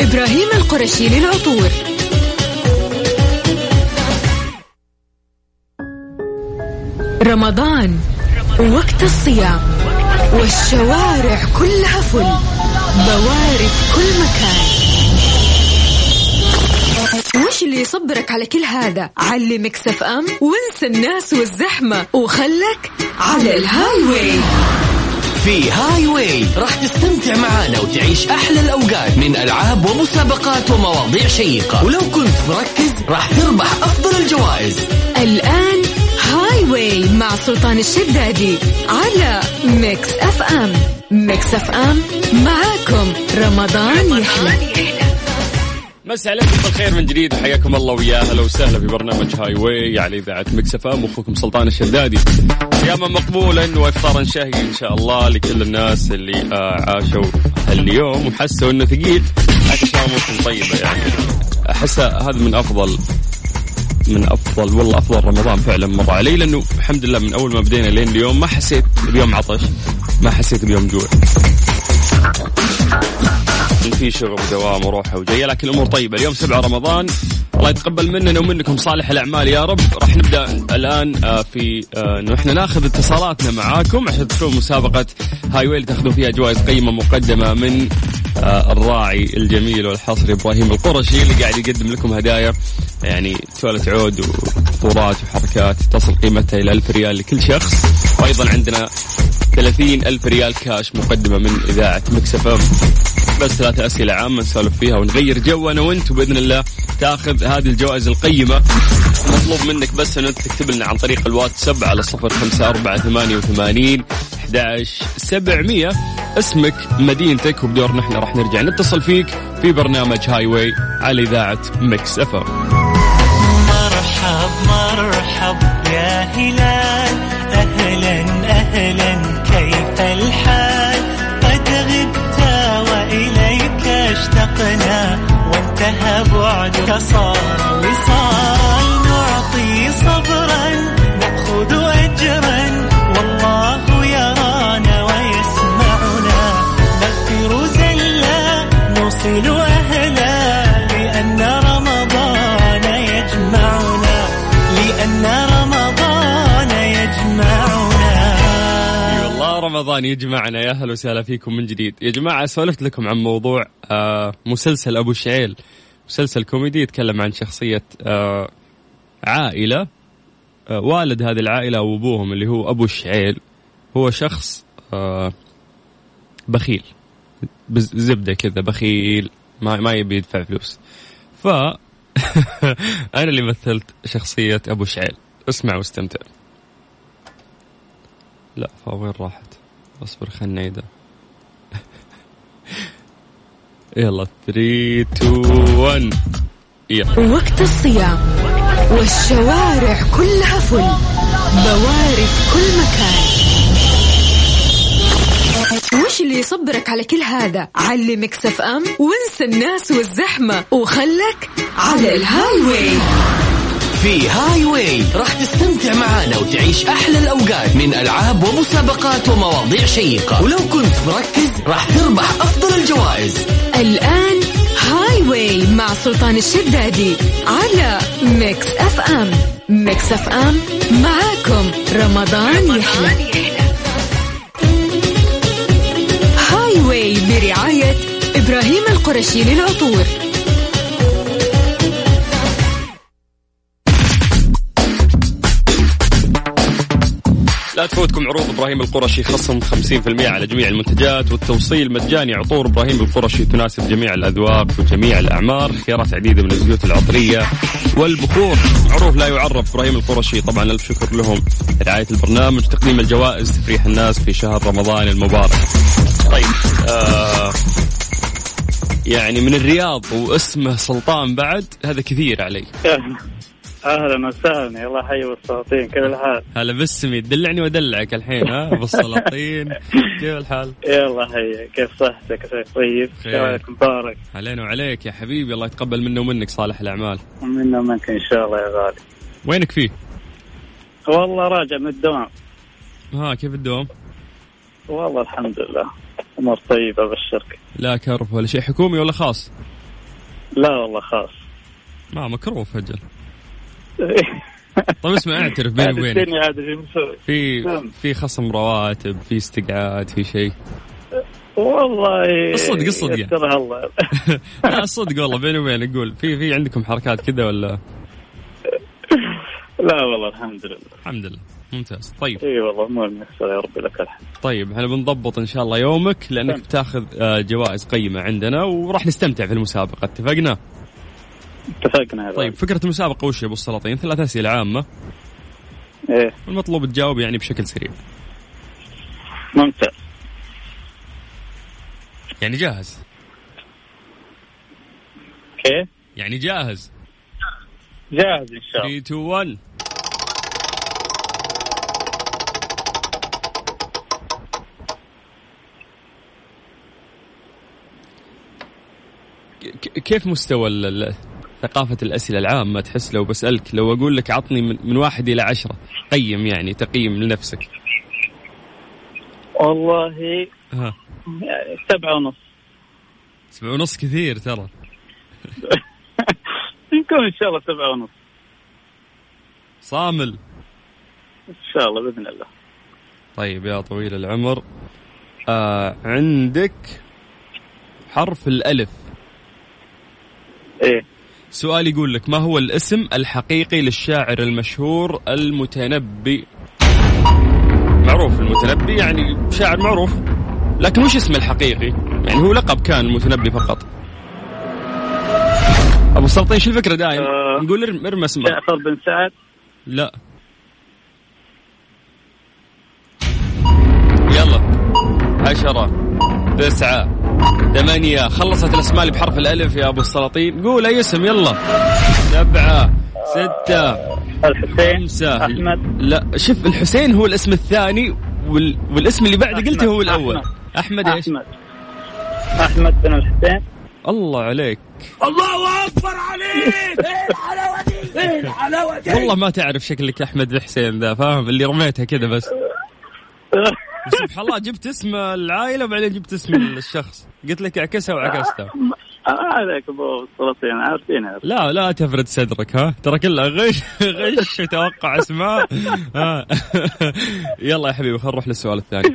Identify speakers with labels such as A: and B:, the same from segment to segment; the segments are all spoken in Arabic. A: إبراهيم القرشي للعطور رمضان وقت الصيام والشوارع كلها فل بوارد كل مكان وش اللي يصبرك على كل هذا علمك سف ام وانسى الناس والزحمه وخلك على الهاي واي
B: في هاي واي راح تستمتع معانا وتعيش احلى الاوقات من العاب ومسابقات ومواضيع شيقه ولو كنت مركز راح تربح افضل الجوائز
A: الآن هاي واي مع سلطان الشدادي على ميكس اف ام ميكس اف ام معاكم رمضان يحلى
C: مسا عليكم بالخير من جديد حياكم الله ويا هلا وسهلا في برنامج هاي واي على اذاعه مكس اف ام واخوكم سلطان الشدادي صياما مقبولا وافطارا شهي ان شاء الله لكل الناس اللي آه، عاشوا اليوم وحسوا انه ثقيل عشان اموركم طيبه يعني احس هذا من افضل من افضل والله افضل رمضان فعلا مر علي لانه الحمد لله من اول ما بدينا لين اليوم ما حسيت بيوم عطش ما حسيت بيوم جوع إن في شغل ودوام وروحه وجايه لكن الامور طيبه اليوم 7 رمضان الله يتقبل مننا ومنكم صالح الاعمال يا رب راح نبدا الان آه، في آه، انه احنا ناخذ اتصالاتنا معاكم عشان تشوفوا مسابقه هاي ويل تاخذون فيها جوائز قيمه مقدمه من آه، الراعي الجميل والحصري ابراهيم القرشي اللي قاعد يقدم لكم هدايا يعني سوالة عود وفطورات وحركات تصل قيمتها الى 1000 ريال لكل شخص وايضا عندنا 30 ألف ريال كاش مقدمة من إذاعة مكسفة بس ثلاثة أسئلة عامة نسولف فيها ونغير جو أنا وأنت وبإذن الله تاخذ هذه الجوائز القيمة مطلوب منك بس أن أنت تكتب لنا عن طريق الواتساب على صفر خمسة أربعة ثمانية وثمانين سبعمية اسمك مدينتك وبدورنا احنا راح نرجع نتصل فيك في برنامج هاي واي على إذاعة مكس اف ام
D: مرحب مرحب يا هلال أهلا أهلا كيف الحال قد غبت وإليك اشتقنا وانتهى بعدك صار وصال نعطي صبرا نأخذ أجرا والله يرانا ويسمعنا نغفر زلا نوصل أهلا لأن رمضان يجمعنا لأن رمضان يجمعنا
C: اي والله رمضان يجمعنا يا اهلا وسهلا فيكم من جديد يا جماعه سولفت لكم عن موضوع آه، مسلسل ابو شعيل مسلسل كوميدي يتكلم عن شخصيه آه، عائله آه، والد هذه العائله وابوهم اللي هو ابو الشعيل هو شخص آه، بخيل بز- زبده كذا بخيل ما ما يبي يدفع فلوس ف انا اللي مثلت شخصيه ابو شعيل اسمع واستمتع لا فوين راحت اصبر خلنا نعيدها يلا 3 2 1 يلا
A: وقت الصيام والشوارع كلها فل بوارد كل مكان وش اللي يصبرك على كل هذا علمك سف ام وانسى الناس والزحمه وخلك على الهاي واي
B: في هاي واي راح تستمتع معانا وتعيش احلى الاوقات من العاب ومسابقات ومواضيع شيقه ولو كنت مركز راح تربح افضل الجوائز
A: الآن هاي واي مع سلطان الشدادي على ميكس اف ام ميكس اف ام معاكم رمضان يحلى هاي واي برعاية إبراهيم القرشي للعطور
C: لا تفوتكم عروض ابراهيم القرشي خصم 50% على جميع المنتجات والتوصيل مجاني عطور ابراهيم القرشي تناسب جميع الاذواق وجميع الاعمار خيارات عديده من الزيوت العطريه والبخور معروف لا يعرف ابراهيم القرشي طبعا الف شكر لهم رعايه البرنامج تقديم الجوائز تفريح الناس في شهر رمضان المبارك طيب آه يعني من الرياض واسمه سلطان بعد هذا كثير علي
E: اهلا وسهلا يلا حي والسلاطين كيف الحال؟
C: هلا باسمي تدلعني وادلعك الحين ها ابو السلاطين كيف الحال؟
E: يلا حي كيف صحتك؟ عساك طيب؟
C: بخير.
E: شهرك مبارك
C: علينا وعليك يا حبيبي الله يتقبل منا ومنك صالح الاعمال
E: ومنا ومنك ان شاء الله يا غالي
C: وينك فيه
E: والله راجع من الدوام
C: ها كيف الدوام
E: والله الحمد لله امور طيبه ابشرك
C: لا كرف ولا شيء حكومي ولا خاص
E: لا والله خاص
C: ما مكروف اجل طيب اسمع اعترف بيني وبينك
E: الدنيا عاد ايش مسوي
C: في
E: نعم.
C: في خصم رواتب في استقعاد في شيء
E: والله
C: الصدق- الصدق يعني.
E: يسترها الله
C: لا صدق والله بيني وبينك قول في في عندكم حركات كذا ولا
E: لا والله الحمد لله
C: الحمد لله ممتاز طيب
E: اي والله مو المحسن يا ربي لك الحمد
C: طيب احنا بنضبط ان شاء الله يومك لانك
E: تمام.
C: بتاخذ آه، جوائز قيمه عندنا وراح نستمتع في المسابقه اتفقنا
E: اتفقنا يا
C: طيب فكره المسابقه وش يا ابو السلاطين ثلاث اسئله عامه
E: غالي. ايه
C: والمطلوب تجاوب يعني بشكل سريع
E: ممتاز
C: يعني جاهز
E: كيف
C: يعني جاهز
E: جاهز ان شاء الله
C: 3 2 1 ك- كيف مستوى ال- ال- ثقافة الأسئلة العامة تحس لو بسألك لو أقول لك عطني من, من واحد إلى عشرة قيم يعني تقييم لنفسك
E: والله
C: ها
E: يعني سبعة ونص
C: سبعة ونص كثير ترى
E: يكون ان شاء الله سبعة ونص
C: صامل
E: ان شاء الله باذن الله
C: طيب يا طويل العمر آه عندك حرف الألف
E: ايه
C: سؤال يقول لك ما هو الاسم الحقيقي للشاعر المشهور المتنبي معروف المتنبي يعني شاعر معروف لكن وش اسمه الحقيقي يعني هو لقب كان المتنبي فقط ابو السلطان شو الفكره دايم
E: آه.
C: نقول ارم- ارمى اسمه
E: جعفر بن سعد
C: لا يلا عشرة تسعة ثمانية خلصت الأسماء اللي بحرف الألف يا أبو السلاطين قول أي اسم يلا سبعة ستة
E: الحسين
C: خمسة
E: احمد
C: لا شوف الحسين هو الاسم الثاني وال... والاسم اللي بعده قلته هو الأول
E: أحمد.
C: أحمد إيش؟
E: احمد احمد بن الحسين
C: الله عليك الله اكبر عليك ايه الحلاوه دي ايه الحلاوه دي والله ما تعرف شكلك احمد الحسين ذا فاهم اللي رميتها كذا بس سبحان الله جبت اسم العائله وبعدين جبت اسم الشخص قلت لك اعكسها وعكستها
E: آه، هذاك ابو السلاطين عارفين هذا
C: لا لا تفرد صدرك ها ترى كلها غش غش وتوقع اسماء ها. يلا يا حبيبي خلينا نروح للسؤال الثاني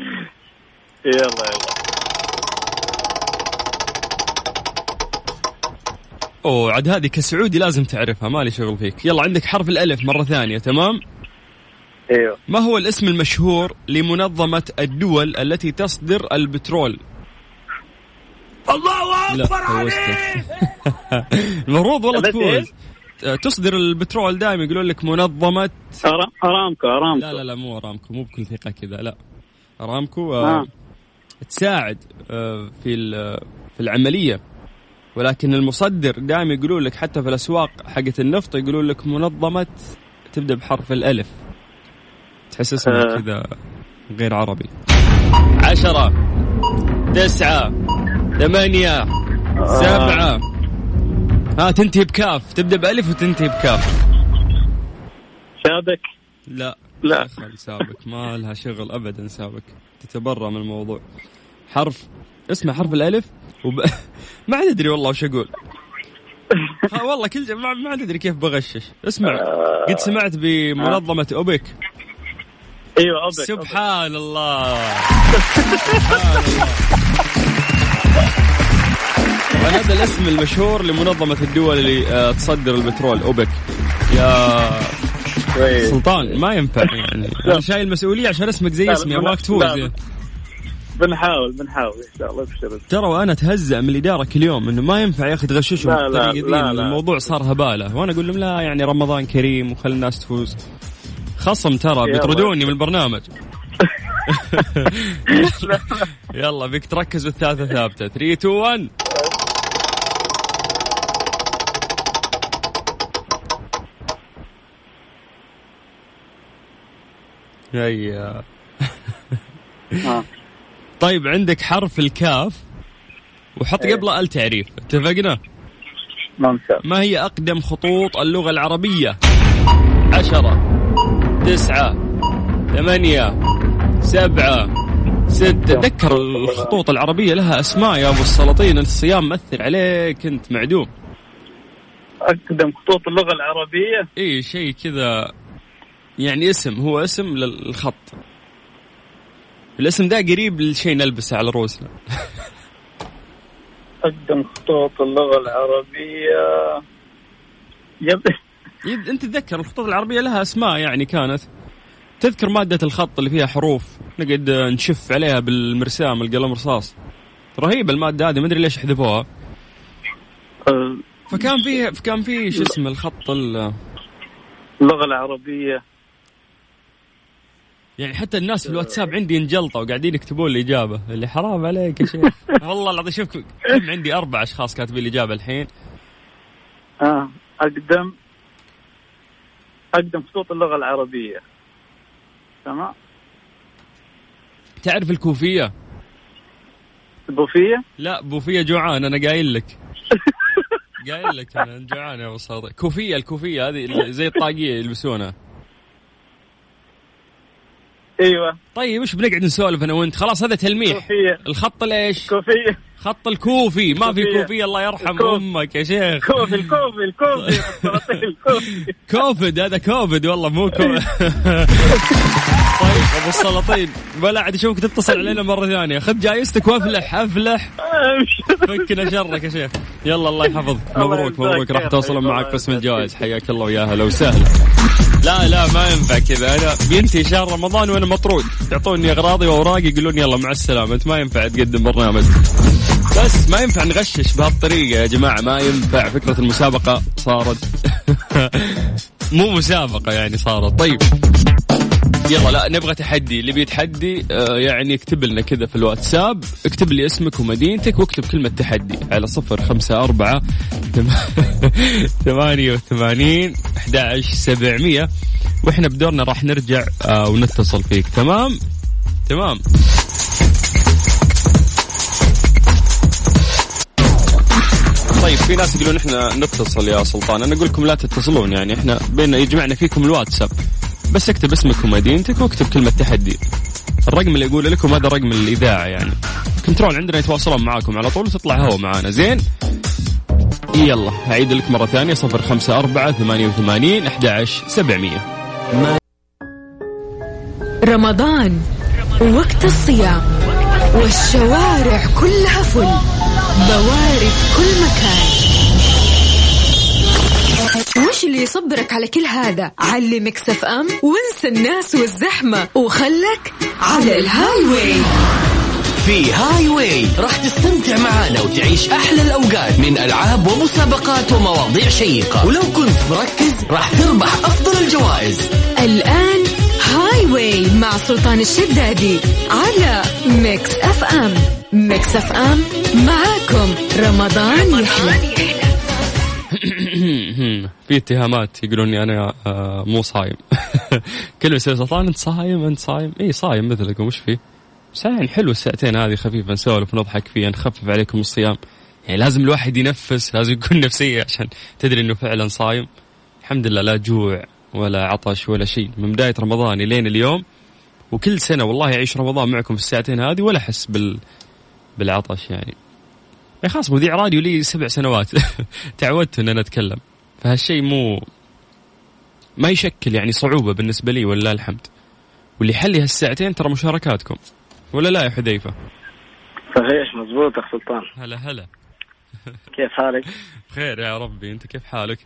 E: يلا يلا
C: اوه عاد هذه كسعودي لازم تعرفها مالي شغل فيك يلا عندك حرف الالف مره ثانيه تمام
E: ايوه
C: ما هو الاسم المشهور لمنظمة الدول التي تصدر البترول؟ الله أكبر عليك المفروض والله
E: التي
C: تفوز تصدر البترول دائما يقولون لك منظمة
E: أرا- ارامكو
C: لا
E: ارامكو
C: لا لا مو ارامكو مو بكل ثقة كذا لا ارامكو آه.
E: آه.
C: تساعد آه في ال- في العملية ولكن المصدر دائما يقولون لك حتى في الاسواق حقت النفط يقولون لك منظمة تبدا بحرف الالف تحس اسمها
E: آه.
C: كذا غير عربي عشرة تسعة ثمانية
E: آه.
C: سبعة ها تنتهي بكاف تبدا بالف وتنتهي بكاف
E: شابك
C: لا
E: لا.
C: دخل سابك ما لها شغل ابدا سابك تتبرى من الموضوع حرف اسمه حرف الالف وب... ما عاد ادري والله وش اقول ها والله كل ج... ما ما عاد ادري كيف بغشش اسمع قد سمعت بمنظمه اوبك
E: ايوه أبك، أبك.
C: سبحان الله هذا الاسم المشهور لمنظمة الدول اللي آه، تصدر البترول أوبك يا
E: كويس
C: سلطان ما ينفع يعني انا شايل مسؤوليه عشان اسمك زي
E: لا،
C: اسمي
E: لا، لا،
C: ابغاك تفوز
E: لا. بنحاول بنحاول ان شاء الله ابشر
C: ترى وانا اتهزأ من الاداره كل يوم انه ما ينفع يا اخي تغششهم
E: لا، لا،
C: بالطريقه ذي
E: لا، لا.
C: الموضوع صار هباله وانا اقول لهم لا يعني رمضان كريم وخلي الناس تفوز خصم ترى
E: يلا.
C: بيطردوني من البرنامج يلا بيك تركز بالثالثه ثابته 3 2 1 هيا
E: آه.
C: طيب عندك حرف الكاف وحط قبله التعريف اتفقنا
E: ممتاز
C: ما هي أقدم خطوط اللغة العربية عشرة تسعة ثمانية سبعة ستة تذكر الخطوط العربية لها أسماء يا أبو السلاطين الصيام مثل عليك أنت معدوم
E: اقدم خطوط اللغه العربيه
C: اي شيء كذا يعني اسم هو اسم للخط الاسم ده قريب لشيء نلبسه على رؤوسنا
E: اقدم خطوط اللغه العربيه يب
C: يد- انت تتذكر الخطوط العربيه لها اسماء يعني كانت تذكر ماده الخط اللي فيها حروف نقعد نشف عليها بالمرسام القلم رصاص رهيبه الماده هذه ما ادري ليش حذفوها فكان فيه كان فيه شو اسمه الخط ال-
E: اللغه العربيه
C: يعني حتى الناس في الواتساب عندي انجلطوا وقاعدين يكتبون الاجابه اللي حرام عليك يا شيخ والله العظيم شوف كم عندي اربع اشخاص كاتبين الاجابه الحين
E: آه. اقدم اقدم خطوط اللغه العربيه تمام
C: تعرف الكوفيه
E: البوفيه
C: لا بوفيه جوعان انا قايل لك قايل لك انا جوعان يا ابو صادق كوفيه الكوفيه هذه اللي زي الطاقيه يلبسونها
E: ايوه
C: طيب ايش بنقعد نسولف انا وانت خلاص هذا تلميح
E: كوفيه
C: الخط الايش
E: كوفيه
C: خط الكوفي ما في
E: كوفية.
C: كوفيه الله يرحم
E: كوف.
C: امك يا شيخ
E: كوفي الكوفي الكوفي السلاطين الكوفي
C: كوفيد هذا كوفيد والله مو كوفيد طيب ابو السلاطين ولا عاد اشوفك تتصل علينا مره ثانيه خذ جايزتك وافلح افلح فكنا شرك يا شيخ يلا الله يحفظك
E: الله
C: مبروك مبروك راح
E: يجزاك
C: توصلوا
E: خير.
C: معك قسم الجوائز حياك الله ويا هلا وسهلا لا لا ما ينفع كذا انا بينتهي شهر رمضان وانا مطرود يعطوني اغراضي واوراقي يقولون يلا مع السلامه انت ما ينفع تقدم برنامج بس ما ينفع نغشش بهالطريقه يا جماعه ما ينفع فكره المسابقه صارت مو مسابقه يعني صارت طيب يلا لا نبغى تحدي اللي بيتحدي آه، يعني اكتب لنا كذا في الواتساب اكتب لي اسمك ومدينتك واكتب كلمة تحدي على صفر خمسة أربعة ثمانية وثمانين أحد عشر سبعمية وإحنا بدورنا راح نرجع آه، ونتصل فيك تمام تمام طيب في ناس يقولون احنا نتصل يا سلطان انا اقول لكم لا تتصلون يعني احنا بيننا يجمعنا فيكم الواتساب بس اكتب اسمك ومدينتك واكتب كلمه تحدي الرقم اللي اقوله لكم هذا رقم الاذاعه يعني كنترول عندنا يتواصلون معاكم على طول وتطلع هوا معانا زين يلا اعيد لك مره ثانيه 054 88 11 700
A: رمضان وقت الصيام والشوارع كلها فل بوارف كل مكان وش اللي يصبرك على كل هذا علمك اف ام وانسى الناس والزحمة وخلك على الهاي واي
B: في هاي واي راح تستمتع معانا وتعيش احلى الاوقات من العاب ومسابقات ومواضيع شيقه ولو كنت مركز راح تربح افضل الجوائز
A: الآن هاي واي مع سلطان الشدادي على ميكس اف ام ميكس اف ام معاكم رمضان يحلى
C: في اتهامات يقولون اني انا آه، مو صايم كل يصير سلطان انت صايم انت صايم اي صايم مثلكم وش فيه بس يعني حلو الساعتين هذه خفيفه نسولف ونضحك فيها نخفف عليكم الصيام يعني لازم الواحد ينفس لازم يكون نفسيه عشان تدري انه فعلا صايم الحمد لله لا جوع ولا عطش ولا شيء من بدايه رمضان الين اليوم وكل سنه والله يعيش رمضان معكم في الساعتين هذه ولا احس بال بالعطش يعني يعني خلاص مذيع راديو لي سبع سنوات تعودت ان انا اتكلم فهالشيء مو ما يشكل يعني صعوبه بالنسبه لي ولله الحمد واللي يحلي هالساعتين ترى مشاركاتكم ولا لا يا حذيفه
E: صحيح مزبوط اخ سلطان
C: هلا هلا
E: كيف حالك؟
C: بخير يا ربي انت كيف حالك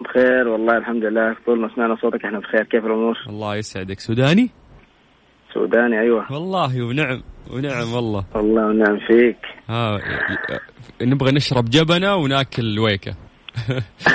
E: بخير والله الحمد لله طول ما سمعنا صوتك احنا بخير كيف الامور؟
C: الله يسعدك سوداني
E: سوداني ايوه
C: والله ونعم ونعم والله
E: والله ونعم فيك
C: ها نبغى نشرب جبنه وناكل ويكه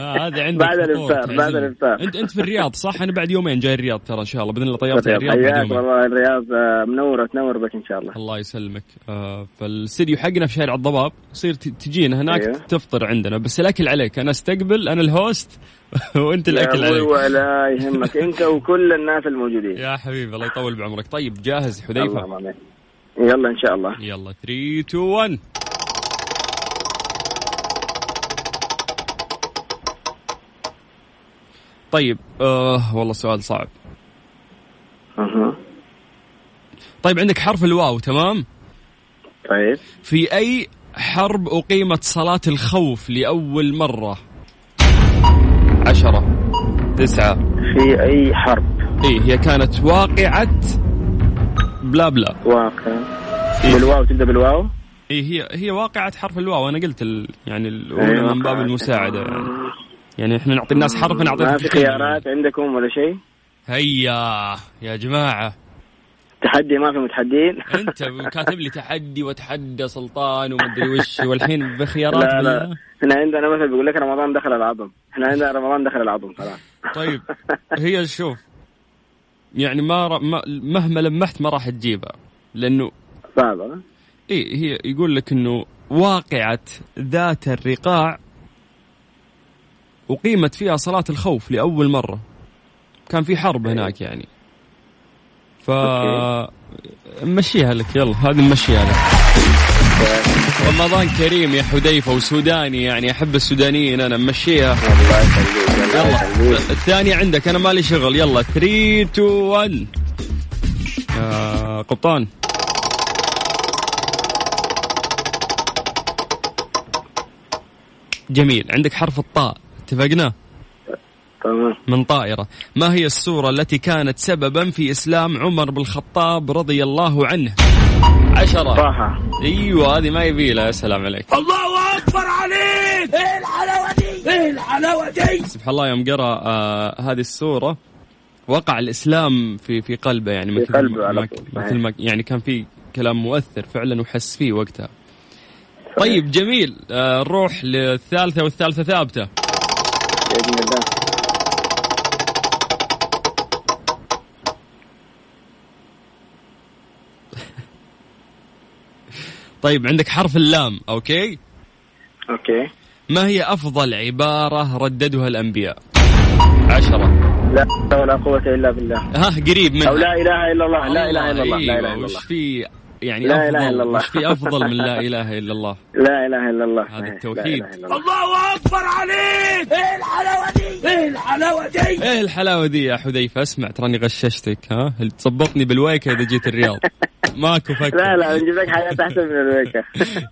C: آه هذا عندك
E: بعد
C: فطور
E: الإفطار، بعد
C: تعزمنا.
E: الإفطار.
C: انت انت في الرياض صح انا بعد يومين جاي الرياض ترى ان شاء الله باذن الله طيارتي الرياض بعد
E: حياك
C: يومين
E: والله الرياض آه، منوره تنور بك ان شاء الله
C: الله يسلمك آه، فالاستديو حقنا في شارع الضباب تصير ت- تجينا هناك
E: أيوه.
C: تفطر عندنا بس الاكل عليك انا استقبل انا الهوست وانت الاكل
E: يا أبوي
C: عليك
E: ولا يهمك انت وكل الناس الموجودين
C: أيوة. يا حبيبي الله يطول بعمرك طيب جاهز حذيفه
E: اللهم امين يلا ان شاء الله
C: يلا 3 2 1 طيب آه والله سؤال صعب
E: أها.
C: طيب عندك حرف الواو تمام
E: طيب
C: في اي حرب أقيمت صلاة الخوف لأول مرة عشرة تسعة
E: في أي حرب
C: إيه هي كانت واقعة بلا بلا
E: واقع بالواو تبدأ بالواو
C: إيه هي هي واقعة حرف الواو أنا قلت ال يعني الأولى من
E: أيوة،
C: باب
E: واقعة.
C: المساعدة يعني يعني احنا نعطي الناس حرف نعطي
E: ما في خيارات عندكم ولا شيء
C: هيا يا جماعة
E: تحدي ما في متحدين
C: انت كاتب لي تحدي وتحدى سلطان ومدري وش والحين بخيارات
E: لا لا
C: بالله.
E: احنا عندنا مثل بيقول لك رمضان دخل العظم احنا عندنا رمضان دخل العظم خلاص
C: طيب هي شوف يعني ما, ر... ما مهما لمحت ما راح تجيبها لانه
E: صعبة
C: اي هي يقول لك انه واقعة ذات الرقاع أقيمت فيها صلاة الخوف لأول مرة كان في حرب هناك يعني ف مشيها لك يلا هذه مشيها لك رمضان كريم يا حذيفة وسوداني يعني أحب السودانيين أنا مشيها
E: الله يخليك الله
C: يلا
E: يخليك
C: الثاني عندك انا مالي شغل يلا 3 2 1 آه قبطان جميل عندك حرف الطاء اتفقنا
E: تمام
C: من طائرة ما هي السورة التي كانت سببا في إسلام عمر بن الخطاب رضي الله عنه عشرة
E: طه
C: ايوه هذه ما يبي لها يا سلام عليك
E: إيه
C: سبحان الله يوم قرا آه هذه السوره وقع الاسلام في في قلبه يعني
E: في
C: مثل
E: قلبه
C: ما-
E: على
C: ما-
E: طول، صحيح.
C: مثل ما يعني كان في كلام مؤثر فعلا وحس فيه وقتها طيب جميل آه نروح للثالثه والثالثه ثابته
E: باذن الله
C: طيب عندك حرف اللام اوكي
E: اوكي
C: ما هي افضل عباره رددها الانبياء عشرة
E: لا حول ولا قوة الا بالله
C: ها قريب من
E: او لا اله الا الله لا اله الا الله لا
C: أيوة،
E: اله الا الله
C: وش في يعني
E: لا
C: افضل
E: إله إلا الله.
C: وش في افضل من لا اله الا الله
E: لا اله الا الله صحيح. لا
C: التوحيد.
E: إله إلا الله.
C: ايه الحلاوه دي يا حذيفه اسمع تراني غششتك ها تظبطني بالويكه اذا جيت الرياض ماكو فكر
E: لا لا بنجيب لك حياة احسن من الوجه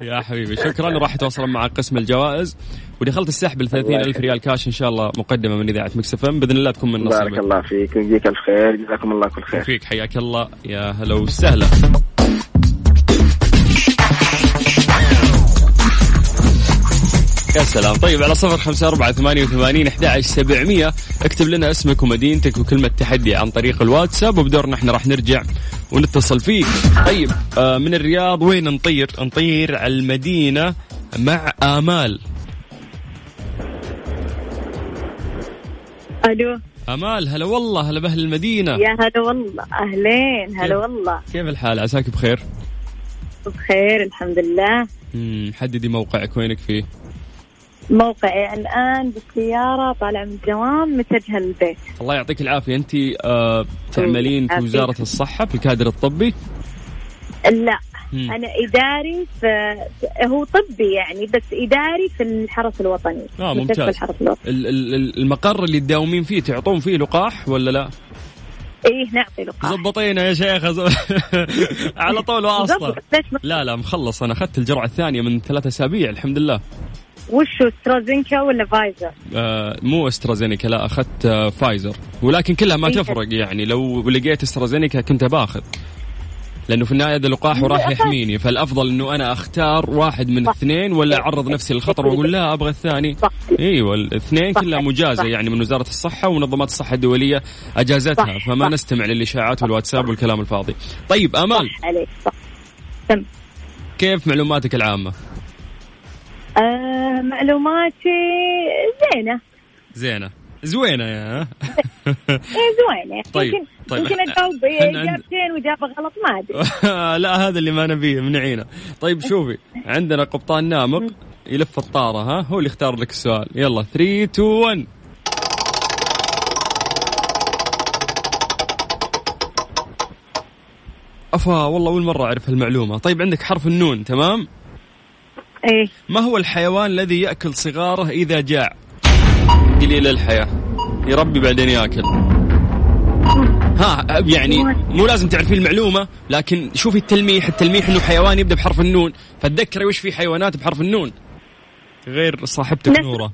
C: يا حبيبي شكرا راح يتواصلون مع قسم الجوائز ودخلت السحب ال 30 ألف ريال كاش ان شاء الله مقدمه من اذاعه مكسفم باذن الله تكون من نصيبك
E: بارك الله فيك ويجزيك الخير جزاكم الله كل خير
C: فيك حياك الله يا هلا وسهلا يا سلام طيب على صفر خمسة أربعة ثمانية وثمانين أحد عشر سبعمية اكتب لنا اسمك ومدينتك وكلمة تحدي عن طريق الواتساب وبدورنا احنا راح نرجع ونتصل فيك طيب آه من الرياض وين نطير نطير على المدينة مع آمال
F: الو
C: آمال هلا والله هلا بأهل المدينة
F: يا هلا والله اهلين هلا
C: كيف؟
F: والله
C: كيف الحال عساك بخير
F: بخير الحمد لله
C: مم، حددي موقعك وينك فيه
F: موقعي الان بالسياره طالعه من الدوام متجهه للبيت
C: الله يعطيك العافية أنت آه تعملين في
F: عافية.
C: وزارة الصحة في الكادر الطبي
F: لا
C: مم.
F: انا اداري في هو طبي يعني بس اداري في الحرس الوطني
C: آه،
F: مستشفى
C: ممتاز.
F: الحرس الوطني
C: ال- ال- ال- المقر اللي تداومين فيه تعطون فيه لقاح ولا لا؟
F: ايه نعطي لقاح
C: زبطينا يا شيخة زب... على طول واصلة
F: بالضبط. ليش ما-
C: لا لا مخلص أنا أخذت الجرعة الثانية من ثلاثة أسابيع الحمد لله
F: وشو سترازينكا ولا فايزر
C: آه مو استرازينيكا لا أخذت آه فايزر ولكن كلها ما
F: إيه.
C: تفرق يعني لو لقيت استرازينيكا كنت باخذ لأنه في النهاية هذا لقاح وراح يحميني فالأفضل إنه أنا أختار واحد من الاثنين ولا أعرض نفسي للخطر وأقول لا أبغى الثاني
F: صح
C: ايوه الاثنين
F: صح.
C: كلها مجازه
F: صح.
C: يعني من وزاره الصحه ومنظمات الصحه الدوليه اجازتها
F: صح.
C: فما
F: صح.
C: نستمع للاشاعات والواتساب والكلام الفاضي. طيب امال
F: صح عليك صح تم
C: كيف معلوماتك العامه؟
F: آه معلوماتي زينه
C: زينه زوينه يا
F: ايه زوينه
C: طيب،
F: يمكن
C: طيب.
F: يمكن إيه، اجاوب
C: إحنا عند-
F: اجابتين واجابه غلط ما ادري
C: لا هذا اللي ما نبيه منعينا. طيب شوفي عندنا قبطان نامق يلف الطاره ها هو اللي اختار لك السؤال يلا 3 2 1 افا والله اول مره اعرف هالمعلومه طيب عندك حرف النون تمام
F: ايه
C: ما هو الحيوان الذي يأكل صغاره إذا جاع؟ قليل الحياة يربي بعدين ياكل ها يعني مو لازم تعرفي المعلومه لكن شوفي التلميح التلميح انه حيوان يبدا بحرف النون فتذكري وش في حيوانات بحرف النون غير صاحبتك
F: نسر.
C: نوره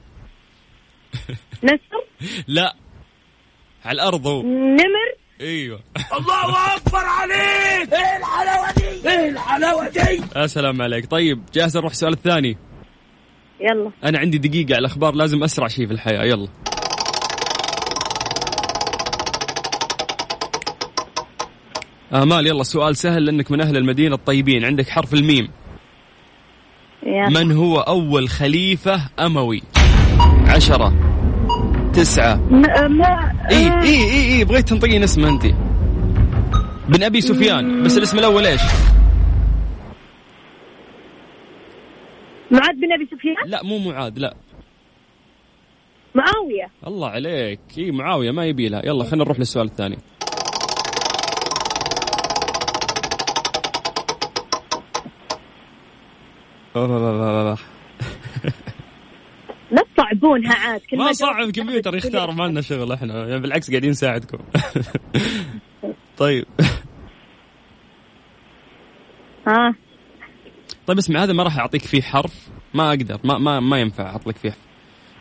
F: نسر
C: لا على الارض هو
F: نمر
C: ايوه الله اكبر عليك ايه الحلاوه دي ايه الحلاوه دي يا سلام عليك طيب جاهز نروح السؤال الثاني
F: يلا
C: انا عندي دقيقه على الاخبار لازم اسرع شيء في الحياه يلا آمال يلا سؤال سهل لأنك من أهل المدينة الطيبين عندك حرف الميم
F: يلا
C: من هو أول خليفة أموي عشرة تسعة
F: ما, آه، ما
C: إي إي إي إي بغيت تنطقين اسمه أنت بن أبي سفيان بس الاسم الأول إيش
F: معاذ بن ابي سفيان
C: لا مو معاذ لا
F: معاويه
C: الله عليك اي معاويه ما يبي لها يلا خلينا نروح للسؤال الثاني
F: لا تصعبونها عاد كل
C: ما
F: جاوب-
C: صعب الكمبيوتر يختار ما لنا شغل احنا يعني بالعكس قاعدين نساعدكم طيب
F: ها
C: طيب اسمع هذا ما راح اعطيك فيه حرف ما اقدر ما ما ما ينفع احط لك فيه حرف.